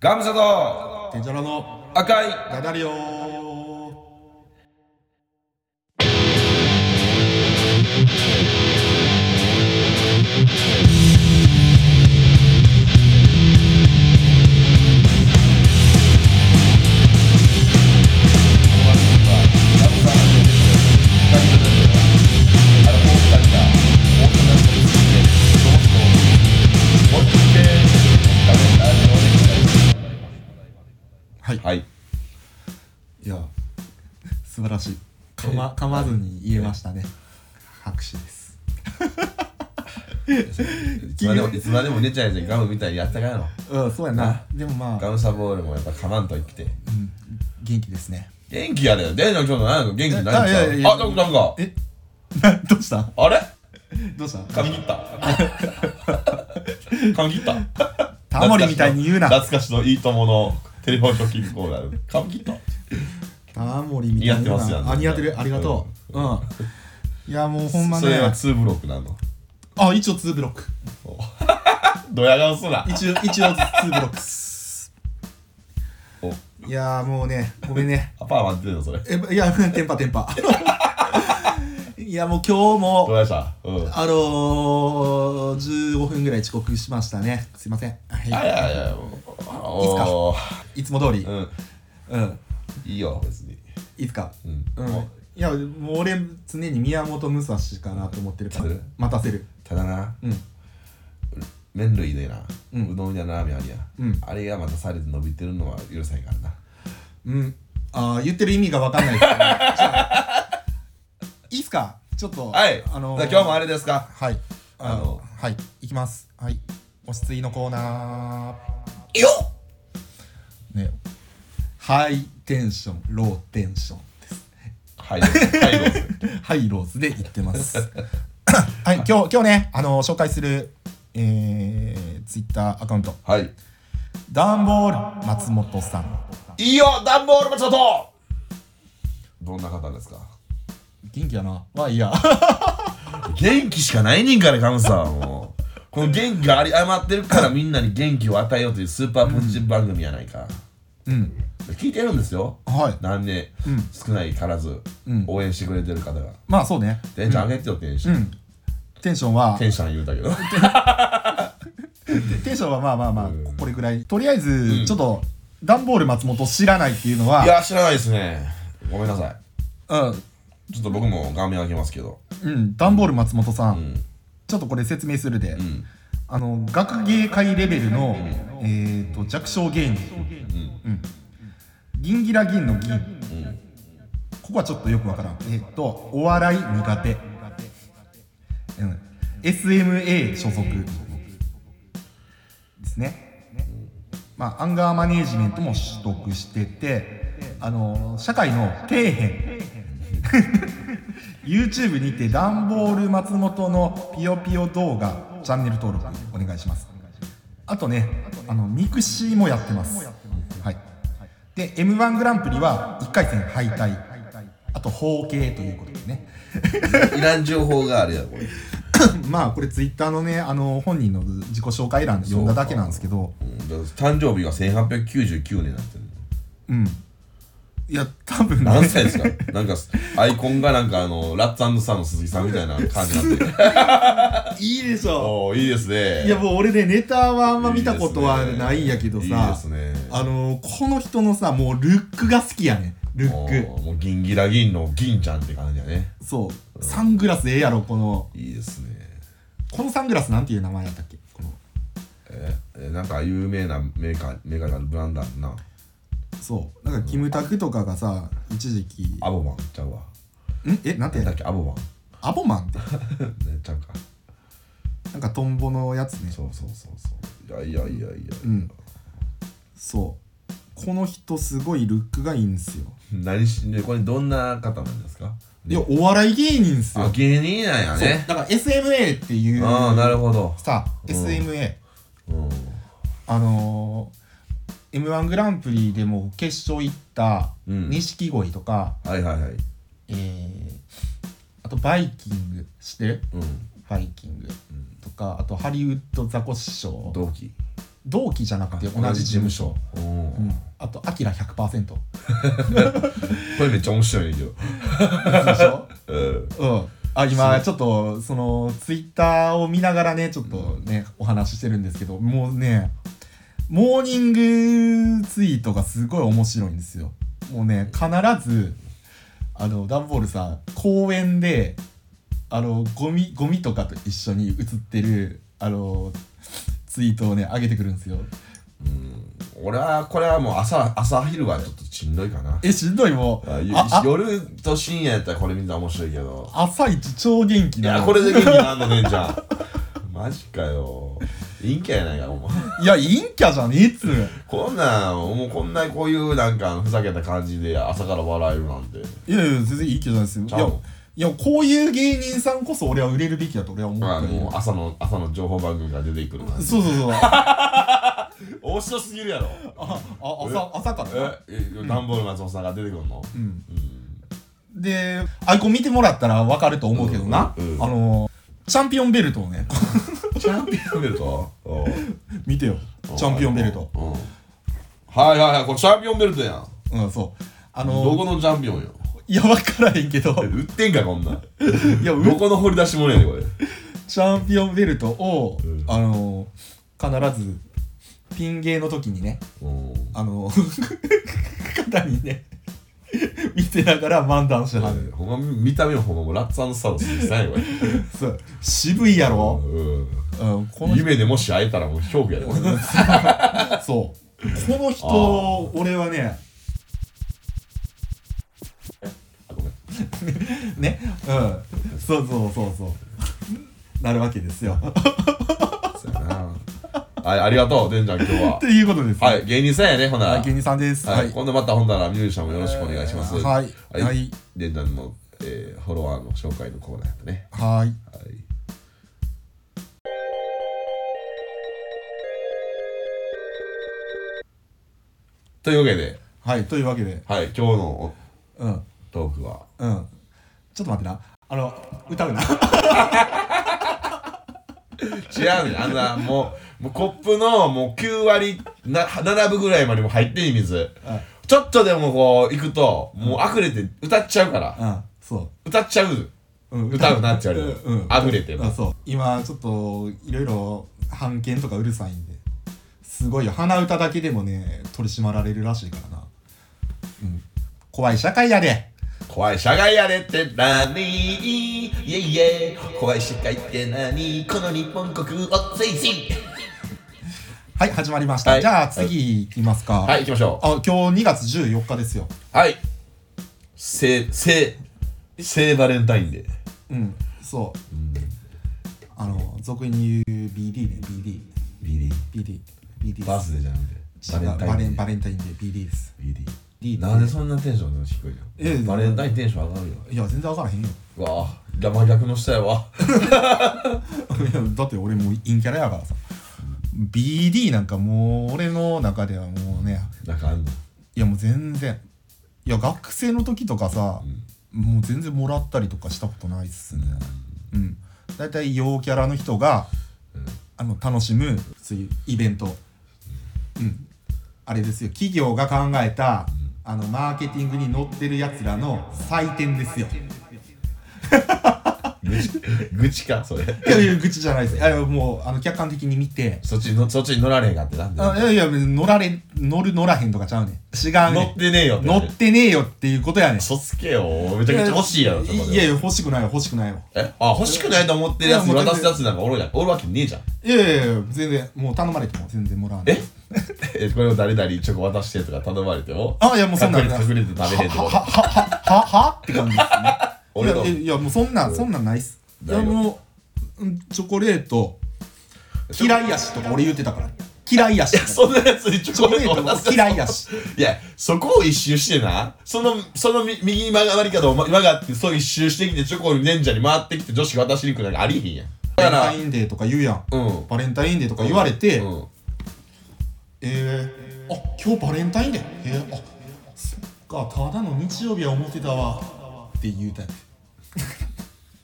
ガムシャド天井の赤いダダリオはい、はいい、や素晴らしいかま噛まずに言えましたね、拍手ですいつまでもいつまでも寝ちゃいじゃんガムみたいにやったかいのうんそうやなでもまあ、ガムサボールもやっぱかまんと生きてうん、元気ですね元気やでデイの今日のなんか元気になあいいんちゃやいやいうやあなんかなんかえな どうしたあれどうした髪切った髪切った タモリみたいに言うな懐かしのいいとものテレフォンショッキングコーナー髪切ったタモリみたいな似合ってますよねあ似合ってるありがとううん、いやもうほんまそれねは2ブロックなのあ一応2ブロックそうドヤ顔すな一応一応2ブロックっすおいやもうねごめんねアパーマってるのそれ えいや テンパテンパいやもう今日もどうやしたうんあのー、15分ぐらい遅刻しましたね。すいません。あいはやいやいやもうおーい、いつも通り。うんうん。いいよ別にいつか。うんうん。もういや、もう俺、常に宮本武蔵かなと思ってるから待たせる。待たせる。ただなうん。麺類でな、ううんどんやラーメンありや、うんあれがまたされて伸びてるのは許せへんからなうん。あー言ってる意味がわかんないですけどじゃあいいつか。ちょっと。はい、あのーじゃあ今日もあれですかはい。ああののはい。いきます。はい。おしついのコーナよっー。ね。ハイテンション、ローテンション。はい、はい、 どうぞ ハイローズで行っ てます。はい、今日今日ね、あの紹介する、えー、ツイッターアカウント、はいダンボール松本さん。いいよダンボールもちょっとどんな方ですか元気やな。まあいいや。元気しかないねんからカムさんもうこの元気があり余ってるからみんなに元気を与えようというスーパーポジティブ番組やないか、うん。聞いてるんですよはい。何年、うん少ないからずうん応援してくれてる方が まあそうね。テンション上げてよテンシうョン、ん。テンションはテ、ンション言うたけどテンションはまあまあまあうん、これぐらい。とりあえんず、ちょっと、ダンボール松本知らないっていうのいは、や、知らないですね。ごめんなさうん。い。ちょっと僕も画面開けますけ ど。うん、ダンボール松本さ、うんん。ちょっとこれ説明するで、うん。あの、学芸会レベルの、えー、と弱小芸人。うん。うん。銀ギラ銀の銀。うん。ここはちょっとよくわからん。えっと、お笑い苦手。うん。SMA 所属。ですね。まあ、アンガーマネージメントも取得してて、あの、社会の底辺。YouTube にて、ダンボール松本のピヨピヨ動画、チャンネル登録お願いします。あとね、あの、ミクシーもやってます。はい。で、M1 グランプリは1回戦敗退。あと、包茎ということでね。いらん情報があるやろ、これ。う まあ、これツイッターのね、あの、本人の自己紹介欄で読んだだけなんですけど、ん、だから誕生日が1899年なんてるうん。いや、多分何ね、歳ですかなんか、アイコンがなんかあの、ラッツサンの鈴木さんみたいな感じになっ てる。いいでしょおー、いいですね。いや、もう俺ね、ネタはああんま見たことはないんやけどさ、いいですね。あの、この人のさ、もうルックが好きやね。ルおッーもう銀ギラ銀の銀ちゃんって感じやね。ク。そう。サングラスええやろ、この、いいですね。このサングラスなんていう名前やったっけこのえ、えなんか有名なメーカー、メーカーがあるブランドあるな。そう。なんか、キムタクとかがさ、一時期、アボマンちゃうわ。んえなんてなんだっけ、アボマン。 アボマンってね、ちゃうか。なんかトンボのやつねそうそうそうそう。いやいやいやいや。うんそうこの人すごいルックがいいんですよ何し、ね、これどんな方なんですか。いやお笑い芸人っすあ、よ芸人なんやそうね。だから SMA っていうああ、なるほど。さうん SMA うん。あのー m 1グランプリでも決勝行ったうん錦鯉とか、はいはいはい。えーあとバイキングしてうん。バイキングとかあとハリウッドザコシショウ同期。同期じゃなくて同じ事務所、うんうん、あとアキラ 100%でこれめっちゃ面白いねんけどしょうんうんあ今ちょっとそのツイッターを見ながらねちょっとね、お話ししてるんですけどもうねモーニングツイートがすごい面白いんですよもうね必ずあのダンボールさん公園であのゴミゴミとかと一緒に写ってるあのツイートをね上げてくるんですよ俺はこれはもう朝朝昼はちょっとしんどいかなえしんどいもうあゆああ夜と深夜やったらこれ見たら面白いけど朝一超元気いなやのこれで元気になんのねんじゃん マジかよ陰キャやないかお前いや陰キャじゃねえっつうのこんなんもうこんなこういうなんかふざけた感じで朝から笑えるなんていやいや全然いいけどないですよいちゃやういやこういう芸人さんこそ俺は売れるべきだと俺は思まあってるもう朝の朝の情報番組が出てくるなんてそうそう そうあ面白すぎるやろあ朝朝からなええダンボール松本さんが出てくるのうんうんでアイコン見てもらったら分かると思うけどな、うんうんあのチャンピオンベルトをね チャンピオンベルトおう見てよチャンピオンベルトうんはいはいはいこれチャンピオンベルトやんうんそうあどのこのチャンピオンよいや分からへんけど売ってんかこんなんいやうどこの掘り出し物やねんこれチャンピオンベルトを、うんあの必ずピン芸の時にねうんあの 肩にね見せながら漫談してはる、ほんま見た目もほんまもうラッツサウスですねこれそう渋いやろ、うんうん、この人夢でもし会えたらもう評価やでこれそうこの人俺はねあごめんねうんそうそうそうそうなるわけですよっそうやなはいありがとうでんちゃん今 日はていうことですね、はい芸人さんやねほなはい芸人さんですはい、今度また本棚ミュージシャンもよろしくお願いします。はいはいはい。レンダンの、えーフォロワーの紹介のコーナーやったね。はいはい。というわけで、はいというわけではい、今日のうんトークは、うんちょっと待ってなあの歌うな違うねんあんな、もう、もうコップのもう9割な、7分ぐらいまでも入ってんねん水。ちょっとでもこう、行くと、もう溢れて歌っちゃうから、うんそ歌っちゃう。う、うん、歌うなって言われる。うん溢れてもあ。そう今ちょっといろいろ版権とかうるさいんですごいよ鼻歌だけでもね取り締まられるらしいからなうん怖い社会やで怖い社外やれって何いえいえ怖い社会って何この日本国を推進はい始まりました、はいじゃあ次いきますかはい行きましょあ今日2月14日ですようはい聖聖聖バレンタインデーうんそう、あの俗に言う BD ね BD BD BD BD バースデーじゃなくて違うババレレンンバタインレンタインデー BD ですデー BD BD なんでそんなテンション低いのえバレンタインテンション上がるよいや全然わからへんようわあ山逆の下やわいや だって俺もう陰キャラやからさ BD なんかもう俺の中ではもうね なんかあんのいやもう全然いや学生の時とかさ、もう全然もらったりとかしたことないっすねうん大体陽キャラの人が、うんあの楽しむそういうイベントうんあれですよ企業が考えた、あのマーケティングに載ってるやつらの祭典ですよ愚痴愚痴かそれいやい や愚痴じゃないですいやもうあの客観的に見てそっちのそっちに乗られへんかってなんであいやいや乗られ乗る乗らへんとかちゃうねん違う乗ねってねえよん乗てってねえよっていうことやねんそつけよめちゃくちゃ欲しいやろそこでいやいや欲しくないよ欲しくないよえあ欲しくないと思ってるやついにやもう全渡然すやつなんかおるやんおるわけねえじゃんいやいやいや全然もう頼まれても全然もらわないえ えこれを誰々にチョコ渡してとか頼まれてもあいやもうそんなん隠れて隠れて食べへんってこははははははって感じですね俺いのやいやもうそんなんそんなんないっすいないやよもううんチョコレートと嫌いやしとか俺言ってたから嫌いやしいやそんなやつにチチョョココレレートー渡トすも嫌いやしいやそこを一周してなそのそのみ右に曲がり方をま曲がってそう一周してきてチョコを忍者に回ってきて女子が渡しに来るなんかありえへんやんバレだかンタらインデーとか言うやんうんバレンタインデーとか言われて、うんえー、あ今日バレンタインデーえー、あそっかただの日曜日は思ってたわって言うたんや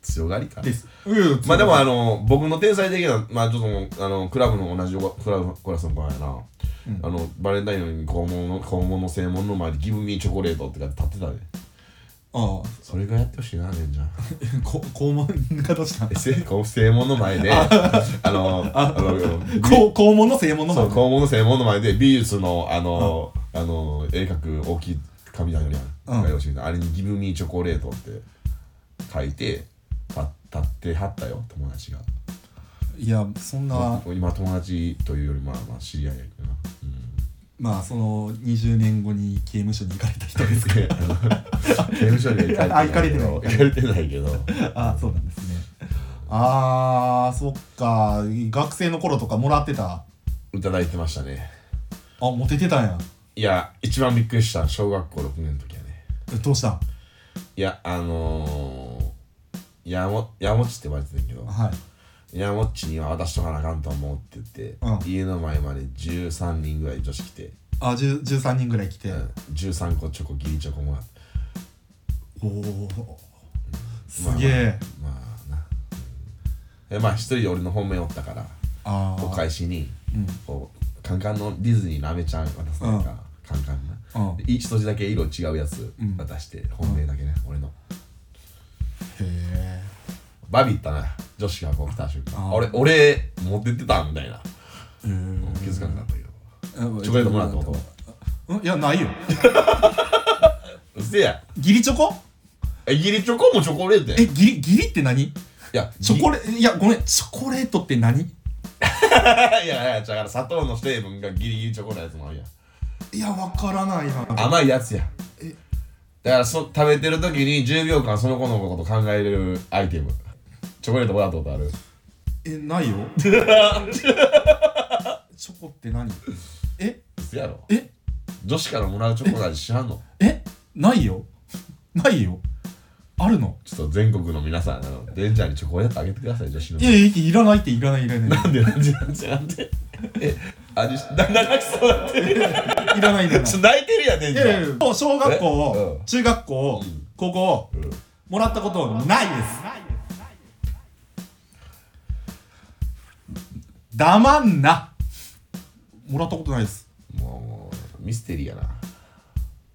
強がりかです。うん まあでもあの僕の天才的なまあちょっともうあのクラブの同じクラブクラスの子なんやな、うんあのバレンタインの日に肛門の肛門の正門の前で「ギブミーチョコレート」って立ってたねああ、それがやってほしいなレン ちゃんこ肛門がどうしたえ正こう正門の前であのあのこう肛門の正門のそう前肛門の正門の前で美術のあのあの絵描く大きい紙だよりあうんん、うん、あれに「ギブミーチョコレート」って書いて立立ってはったよ友達が。いやそんな今友達というよりまあまあ知り合いやけどな、まあその20年後に刑務所に行かれた人ですけどうん、刑務所には行かれてないあ行行かかれれてないけど ああそうなんですねああそっか学生の頃とかもらってたあいただいてましたねモテてたんやいや一番びっくりした小学校6年の時はねえどうしたんいやあのー、やもやもちって言われてたけどはいやもっちには渡しとかなあかんと思うって言って、う家の前まで13人ぐらい女子来て、あじゅ13人ぐらい来て、うん、13個チョコギリチョコもらっておおすげえ、まあな、うんえまあ一人俺の本命おったからああお返しに、うんこうカンカンのディズニーのアメちゃん渡すのか、カンカンな、うんで一文字だけ色違うやつうん渡して、本命だけね俺のへえバビったな女子がこう来た瞬あ間俺俺持ってってたみたいなうん気づかなかったけどチチョコレートもらったことうんいやないようせやギリチョコえギリチョコもチョコレートやんえいギリギリって何やチョコレレいやごめんチョコレートって何ートいやいやだから砂糖の成分がギリギリチョコのやつもあるやんいやわからないな甘いやつやだからそ食べてる時に10秒間その子のこと考えれるアイテムチョコレートもらったことあるえ ないよチョコって何えうせやろえ女子からもらうチョコの味知らんのえないよないよあるのちょっと全国の皆さん、あの、デンジャーにチョコレートあげてください、女子のい。やいやいらないっていらないいらないなんでなんでなんでなんで。え、味し、だんだん泣きそうだって。いらないいらないちょ泣いてるやん、デンいジャやいやー。もう小学校、えうん中学校、ん高校、んもらったことないです。黙んな。もらったことないです。もう、もう、ミステリーやな。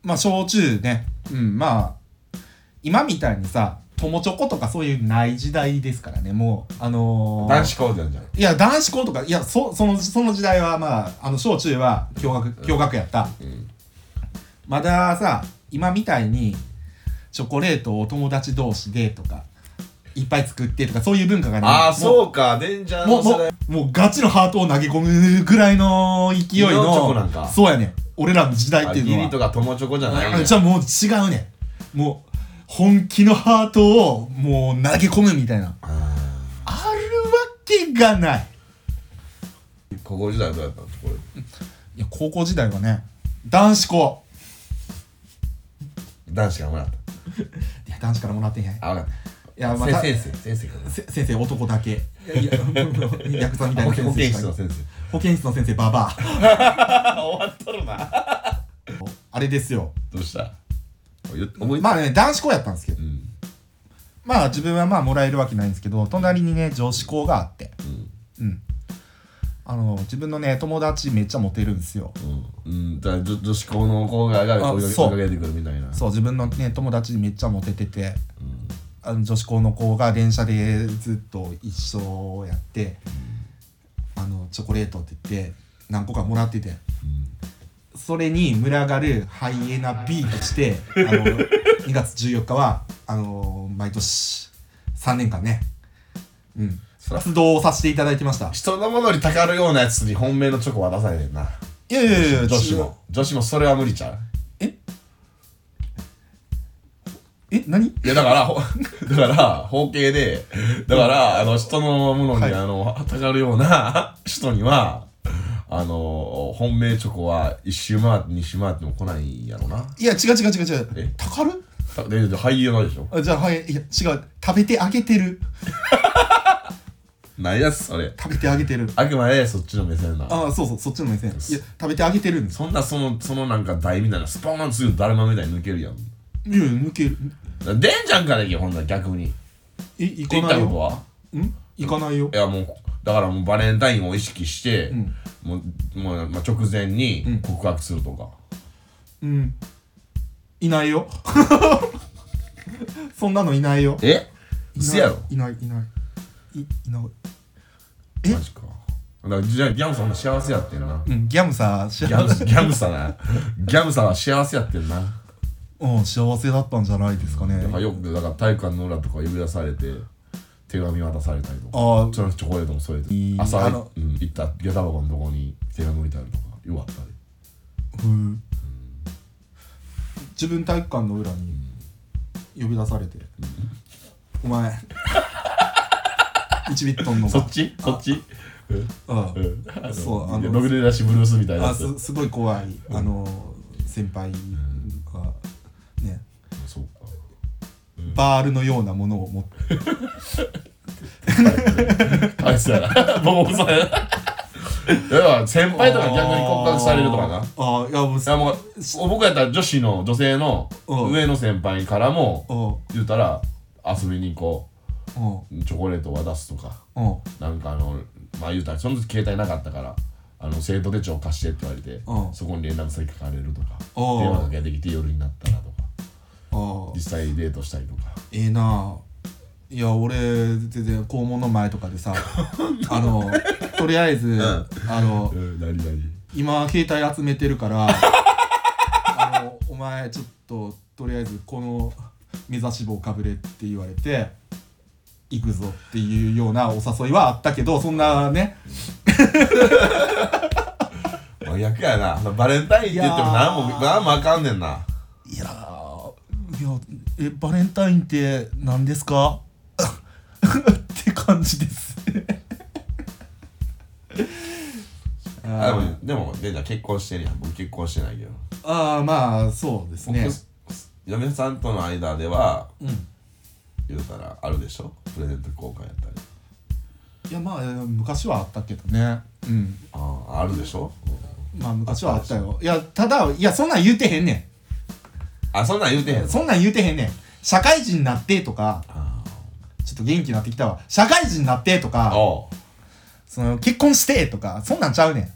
まあ小中ね、うんまあ今みたいにさ、友チョコとかそういうない時代ですからね。もうあのー男子校じゃんじゃん。いや男子校とかいやそそのその時代はまああの小中は共学共学やった。うん。まださ今みたいにチョコレートを友達同士でとかいっぱい作ってとかそういう文化がねあもあ、そうか、デンジャーものうも世う代。もうガチのハートを投げ込むぐらいの勢いのギリのチョコなんかそうやねん俺らの時代あってギいうのはリとか友チョコじゃないんあやじゃあもう違うねんもう本気のハートをもう投げ込むみたいなああるわけがないー高校時代はどうやったのチョコレートいや高校時代はね男子校男子からもらっいや男子からもらってへんいた。あ、わかやっまた。た先生、先生かな。せ先生男だけいやいやヤクザみたい保な健保健室先生しかいなのい先生。保健室の先生ババあ、終わっとるな。アあれですよどうした言って思いまあね男子校やったんですけうどん。まあ自分はまあもらえるわけないんですけど隣にね女子校があってうん。うんあの自分のね友達めっちゃモテるんですようん、だから女女子校の子がが追いかあけそう追いかけてくるみたいな。そう自分のね友達めっちゃモテててあの女子校の子が電車でずっと一緒やってあのチョコレートって言って何個かもらっててそれに群がるハイエナ B としてあの 2月14日はあの毎年3年間ね、うん、そら活動をさせていただいてました人のものにたかるようなやつに本命のチョコ渡されへんな。いやいやいや女子も。女子もそれは無理ちゃう。ええ何いやだから、 ほだから、包茎で、だから、あの、人のものに、はいあの、たかるような 人には、あの、本命チョコは一周回って二周回っても来ないやろな。いや違う違う違う違うえたかるたで、で俳優のでしょ。あじゃあはいいや違う食べてあげてるないやつ、それ。食べてあげてるあくまでそっちの目線な。ああそうそうそっちの目線いや食べてあげてるんですそんなその、そのなんか台みたいな、スポーンすぐだるまみたいに抜けるやん。いや抜ける出んじゃんからいけよほんなら逆にい行て言かっなたいことよはん行かないよいやもうだからもうバレンタインを意識して、んもうもうまあ、直前に告白するとか、うんいないよ そんなのいないよえ嘘やろいないいないいいないえマジかだからじゃあギャムさんも幸せやってんなうんギャムさ幸ギャムギャムさんなギャムさんは幸せやってんなうん幸せだったんじゃないですかねだからよくだから体育館の裏とか呼び出されて手紙渡されたりとかああちょチョコレートも添えていい朝あうのん、行った下駄箱のとこに手紙置いてあるとかよかったりうん自分体育館の裏に呼び出されて「お前 1ビットンのそっちそっちあうんあそうああののログレラシブルースみたいなあやつすすごい怖いあの先輩がねそうかバールのようなものを持ってあいつ やなボボさんやないや先輩とか逆に告白されるとかなあいーあーいやもうやもう僕やったら女子の女性のうん上の先輩からもお言うたら遊びにこおうチョコレートを渡すとかおなんかあのまあ言うたらその時携帯なかったからあの生徒手帳貸してって言われてうんそこに連絡先書かれるとか電うん話かけてきて夜になったらとかお実際デートしたりとかええなあいや俺全然校門の前とかで さあのとりあえず、あのうん何何今携帯集めてるから あのお前ちょっととりあえずこの目指し棒かぶれって言われて行くぞっていうようなお誘いはあったけどそんなね真逆やなバレンタインって言っても何もいやー何もあかんねんないやーいやえバレンタインって何ですか って感じです ねあであーもでもレンちゃん結婚してるやん僕結婚してないけど、あーまあそうですね僕嫁さんとの間ではうんい言うたらあるでしょプレゼント交換やったりやまあ昔はあったけどねうんあああるでしょまあ昔はあったよいやただいやそんなん言うてへんねあそんなん言うてへんんのそんなん言うてへんねん社会人になってとかあちょっと元気になってきたわ社会人になってとあかおうその結婚してとかそんなんちゃうねん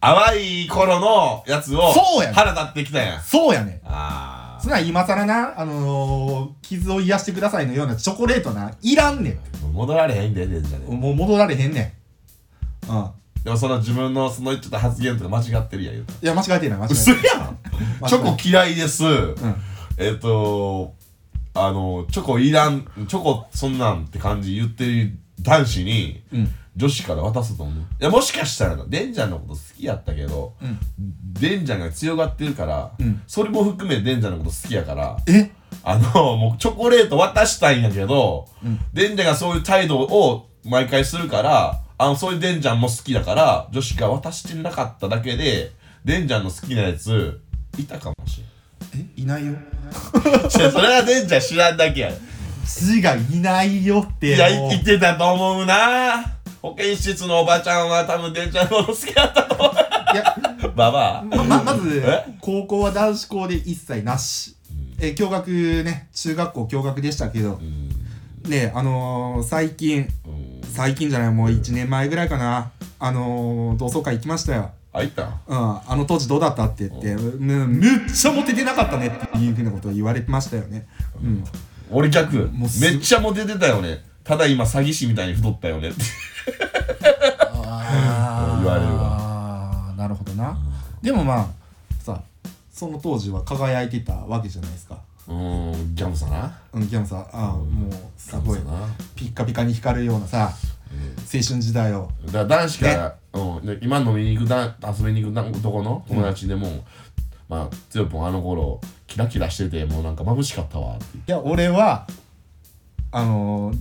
淡い頃のやつをそうやねん腹立ってきたやんそうやねんあそんなん今更なあのー、傷を癒してくださいのようなチョコレートないらんねんあ戻られへんでレンちゃんねもう戻られへんねんうんでもその自分のその言ってた発言とか間違ってるやん言うたらいや間違えてない間違えて嘘ないやんチョコ嫌いです、んえっ、とあのチョコいらんチョコそんなんって感じ言ってる男子に、うん女子から渡すと思ういやもしかしたらなデンジャンのこと好きやったけど、んデンジャンが強がってるから、うんそれも含めデンジャンのこと好きやからえあのもうチョコレート渡したいんやけど、デンジャンがそういう態度を毎回するからあのそういうデンジャンも好きだから女子が渡してなかっただけでデンジャンの好きなやついたかもしれんえいないよい やそれはデンちゃん知らんだけやい父がいないよってやもう言ってたと思うな保健室のおばちゃんは多分デンちゃんのこと好きだったと思いやうババまままずえ高校は男子校で一切なし、え共学ね中学校共学でしたけどアう、んねあのー最近うん最近じゃないもう1年前ぐらいかなあのー同窓会行きましたよあいたんうん、あの当時どうだったって言って、むむっちゃモテてなかったねっていうふうなことを言われてましたよね。うん、俺逆もうすめっちゃモテてたよねただ今詐欺師みたいに太ったよねってあー言われるわ。なるほどな。でもまあさその当時は輝いてたわけじゃないですか。うんギャムさなうん、ギャムさん、あーもうすごいギャムさんなピッカピカに光るようなさ、青春時代を。だから男子から、うんで今飲みに行くだ遊びに行く男どこの友達でも、まあつよぽんあの頃キラキラしててもうなんか眩しかったわって言っていや、俺は、あのー、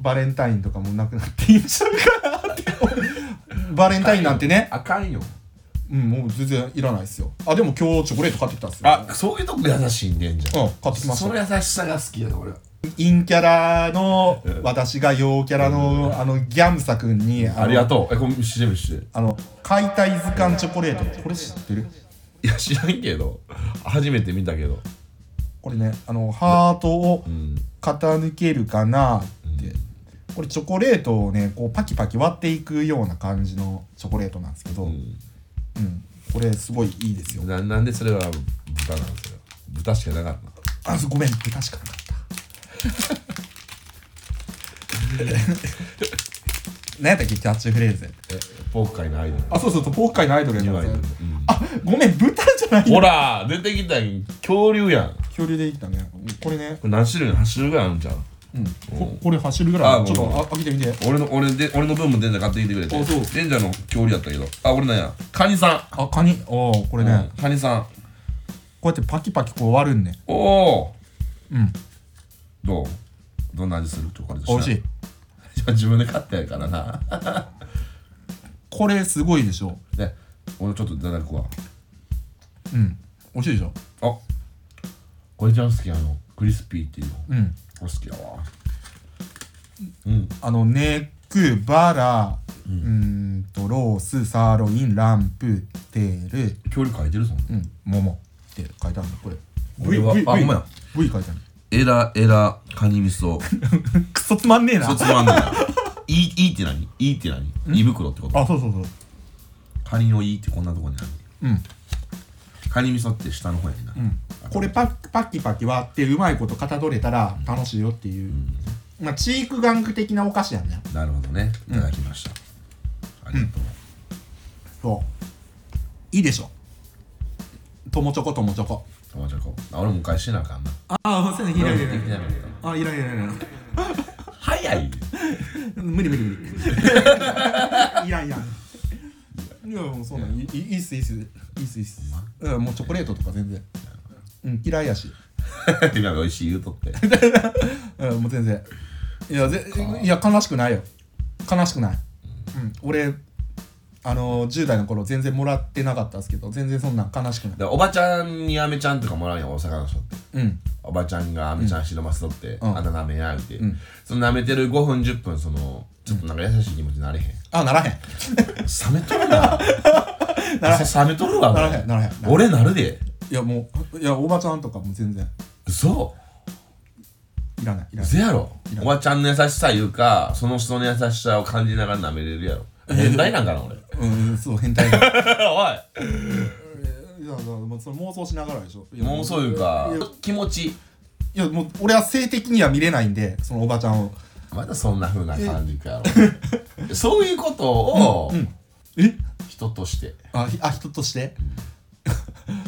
バレンタインとかもなくなっていいんちゃうかなって。バレンタインなんてね、あかんようん、もう全然いらないですよ。あ、でも今日チョコレート買ってきたんですよ。あそういうとこ優しいんでんじゃんうん買ってきましたその優しさが好きやな俺は陰キャラの私が陽キャラのあのギャムサ君に、あありの、がとうえこれ知ってる知ってるあの解体図鑑チョコレート、これ知ってるいや知らんけど初めて見たけどこれねあのハートをうん傾けるかなって、これチョコレートをねこうパキパキ割っていくような感じのチョコレートなんですけど、うんこれすごいいいですよななんでそれは豚なんですよ豚しかなかっあそうごめん確かなかった 何やったっけキャッチフレーズたのえポーク界のアイドルあそうそうそうポーカーのアイドルや今っアイたドルやつあごめん豚じゃないほら出てきたん恐竜やんこ恐竜でいったねこれねれ何種類の8種類ぐらいあるんちゃううんここれ走るぐらいあるあちょっもうとあ開けてみて俺の俺で俺の分もデンジャー買ってきてくれてあそうデンジャーの恐竜やったけどあ俺なんやカニさあカニおおこれん、ね、うんカニさんこうやってパキパキこう割るんねおおうんどうどんな味するチョコレート美味 しい自分で買ったやからな これすごいでしょね俺ちょっといただくわうん美味しいでしょあこれちゃん好きあのクリスピーっていうのうん俺好きやわうんあのネックバラうーんとロースサーロインランプテール恐竜書いてるそんなうん桃って書いてあるのこれ俺は V あほんまや V 書いてあるエラエラカニ味噌 くそつまんねえなそつまんない ないいいいって何いいって何胃袋ってことあそうそうそうカニのいいってこんなとこにあるうんカニ味噌って下の方やねんな、これパキパキパキ割ってうまいこと型取れたら楽しいよっていう、まあチーク玩具的なお菓子やねなるほどねいただきました、ありがとう、そういいでしょともチョコともチョコ友達こあ俺もう一回しなあかんなああそうですねいらんいらんいらんいあいらんいらんいらん早い無理無理無理 いらんいらんいやもうそんなんいいいいっすいいっすいいっすいいっすうんもうチョコレートとか全然うん嫌いやし今美味しい言うと ってうんもう全然いやぜいや悲しくないよ悲しくない、うん、俺あの10代の頃全然もらってなかったんですけど全然そんなん悲しくないでおばちゃんにアメちゃんとかもらうやん大阪の人ってうんおばちゃんがアメちゃん白マス取って、んあんな舐めやんって、んその舐めてる5分10分そのちょっとなんか優しい気持ちになれへん、あならへん冷めと るなならへんさ冷めとるわならへんならへん俺なるでいやもういやおばちゃんとかも全然嘘いらないいらない嘘やろおばちゃんの優しさいうかその人の優しさを感じながら舐めれる やろ変態なんかな 俺おいうんそう変 態だいやもうそれ妄想しながらでしょいやもうそういうかいや気持ちいやもう俺は性的には見れないんでそのおばちゃんをまだそんな風な感じかやろ そういうことをえ人としてあひあ人として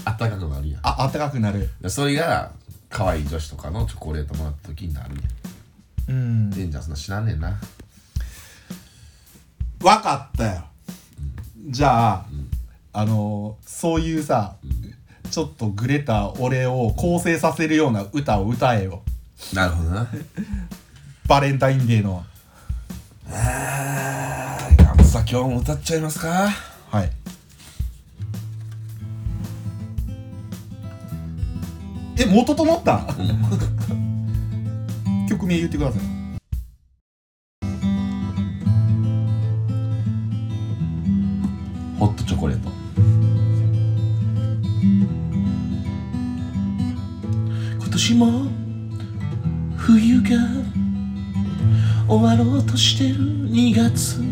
あったかくなるやんあ暖かくなるでそれが可愛い女子とかのチョコレートもらった時になるねうんんデンジャーそんな知らんねんなわかったよじゃあ、あのそういうさ、ちょっとグレた俺を構成させるような歌を歌えよなるほどなバレンタインデーの あーあのさ今日も歌っちゃいますかはいえ元と思った 曲名言ってくださいホットチョコレート今年も冬が終わろうとしてる2月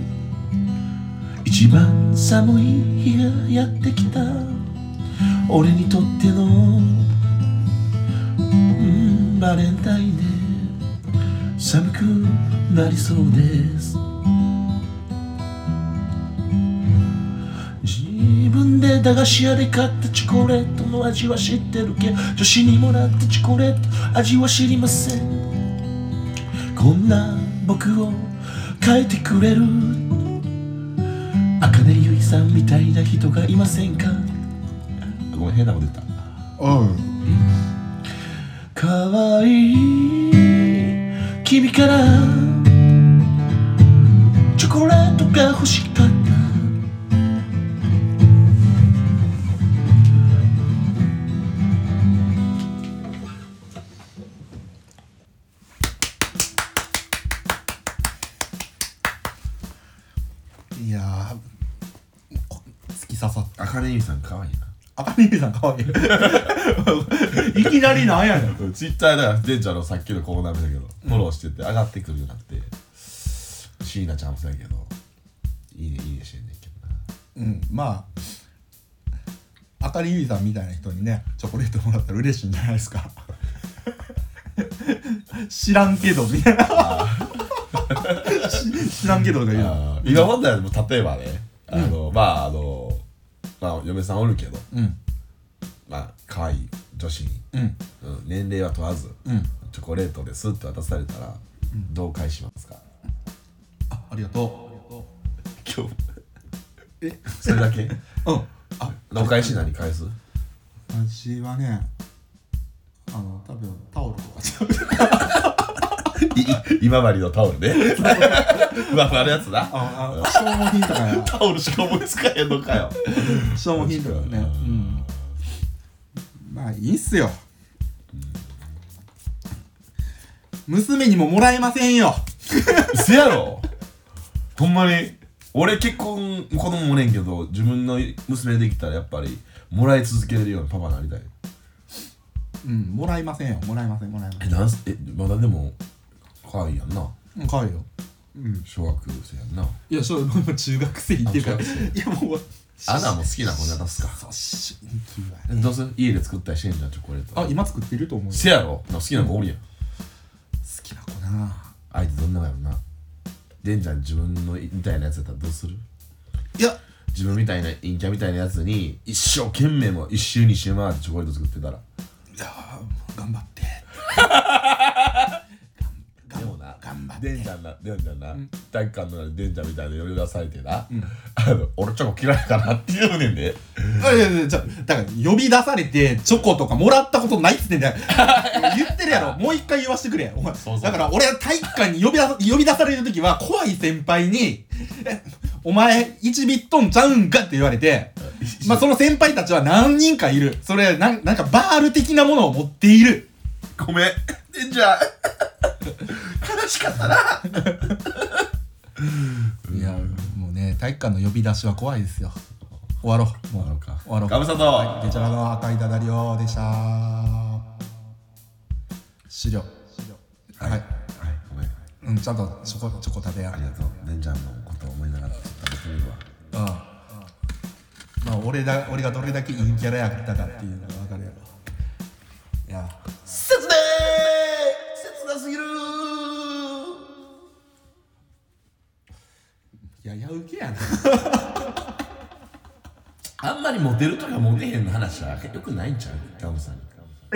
一番寒い日がやってきた俺にとっての、うん、バレンタインデー寒くなりそうです自分で駄菓子屋で買ったチョコレートの味は知ってるけど女子にもらったチョコレート味は知りませんこんな僕を変えてくれる茜ゆいさんみたいな人がいませんかごめん変なこと言ったうんかわいい君からチョコレートが欲しかったいやーこ突き刺さったアカレミさんかわいいな赤峰さん可愛 いいきなりなんやねんうんツイッターだからデンジャーのさっきのコーナー見たけど、フォローしてて上がってくるじゃなくて椎名ちゃんもそうやけどいいねいいねしてんねんけどなうんまあ赤リゆいさんみたいな人にねチョコレートもらったら嬉しいんじゃないですか知らんけどみたいな 知知らんけどとか言うのあー今まではもう例えばねあの、まああのまあ嫁さんおるけどうんまあ可愛い女子に、うんうん、年齢は問わず、うんチョコレートですって渡されたら、どう返しますかあありがと今日うえそれだ けうんあお返し何返す私はねあの多分タオルとかちゃういい今治のタオルね ふわふわのやつなああ消耗品とかやタオルしか思いつかへんのかよ消耗品とかね確かうにんまあいいっすよ娘にももらえませんよせやろほんまに俺結婚子供もねんけど自分の娘できたらやっぱりもらい続けれるようなパパになりたいうんもらえませんよもらえませんもらえませえんなんすえまだでも可愛いやんなうん可愛いようん小学生やんないやそうもう中学生っていうかあい中学やもうアナも好きな子に渡すかそうしえどうする家で作ったりしてんじゃんチョコレートあ今作ってると思うよせやろな好きな子おるやん好きな子な相手どんなのやろなでんちゃん自分のみたいなやつやったらどうするいや自分みたいな陰キャみたいなやつに一生懸命もう一周二周回ってチョコレート作ってたらいやーもう頑張 って頑でもな頑張ってデンちゃんなデンちゃんな、体育館の中でデンちゃんみたいな呼び出されてな、あの俺チョコ嫌いかなって言うねんであいやいやじゃだから呼び出されてチョコとかもらったことないっつってん だよ言ってるやろもう一回言わしてくれお前そうそうだから俺は体育館に呼び出さ呼び出される時は怖い先輩に「えお前1ビットンちゃうんか?」って言われてまあその先輩たちは何人かいるそれなんなんかバール的なものを持っているごめんデンちゃん悲しかったないやもうね体育館の呼び出しは怖いですよ終わろうもう終わろうか終わろうガムサトデジャラの赤いダダリオでした資料はい、はいごめんうん、ちゃんとチョコチョコ食べやありがとうデンちゃんのことを思いながらちょっと食べてみるわうんまあ俺だ俺がどれだけ陰キャラやったかっていうのが分かるやろいや切ね切なすぎるいややうけやなあんまりモテるとかモテへんの話はよくないんちゃうガムさんに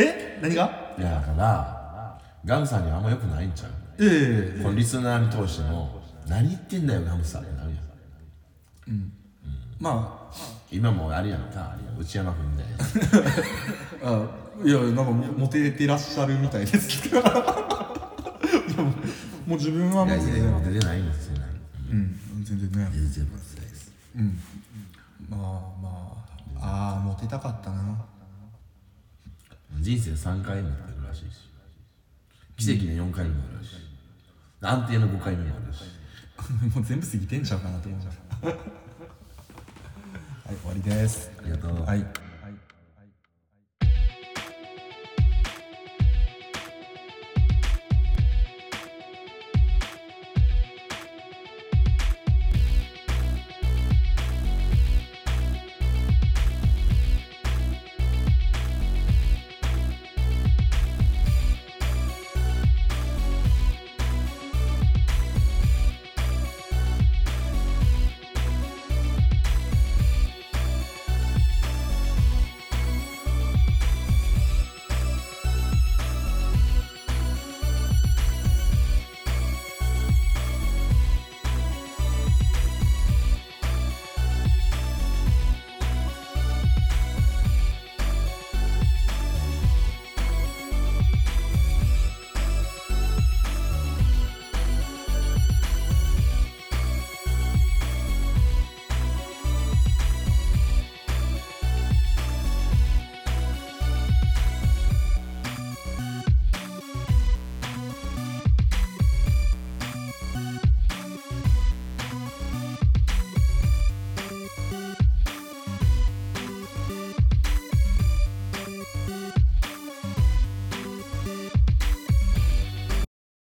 え何がいやだからガムさんにはあんまよくないんちゃうええこのリスナーに通しても何言ってんだよガムさんってなるやんまあ今もあれやんか内山君みたいなあいやなんかモモテてらっしゃるみたいで すけどでももう自分はもういやいやモテてないんですようん全然ね全然モテてないですまあまあああモテたかったな人生3回目になってるらしいし奇跡の4回目もあるし安定の5回目もあるし もう全部 過ぎてんちゃうかなと思っちゃうはい終わりですありがとうはい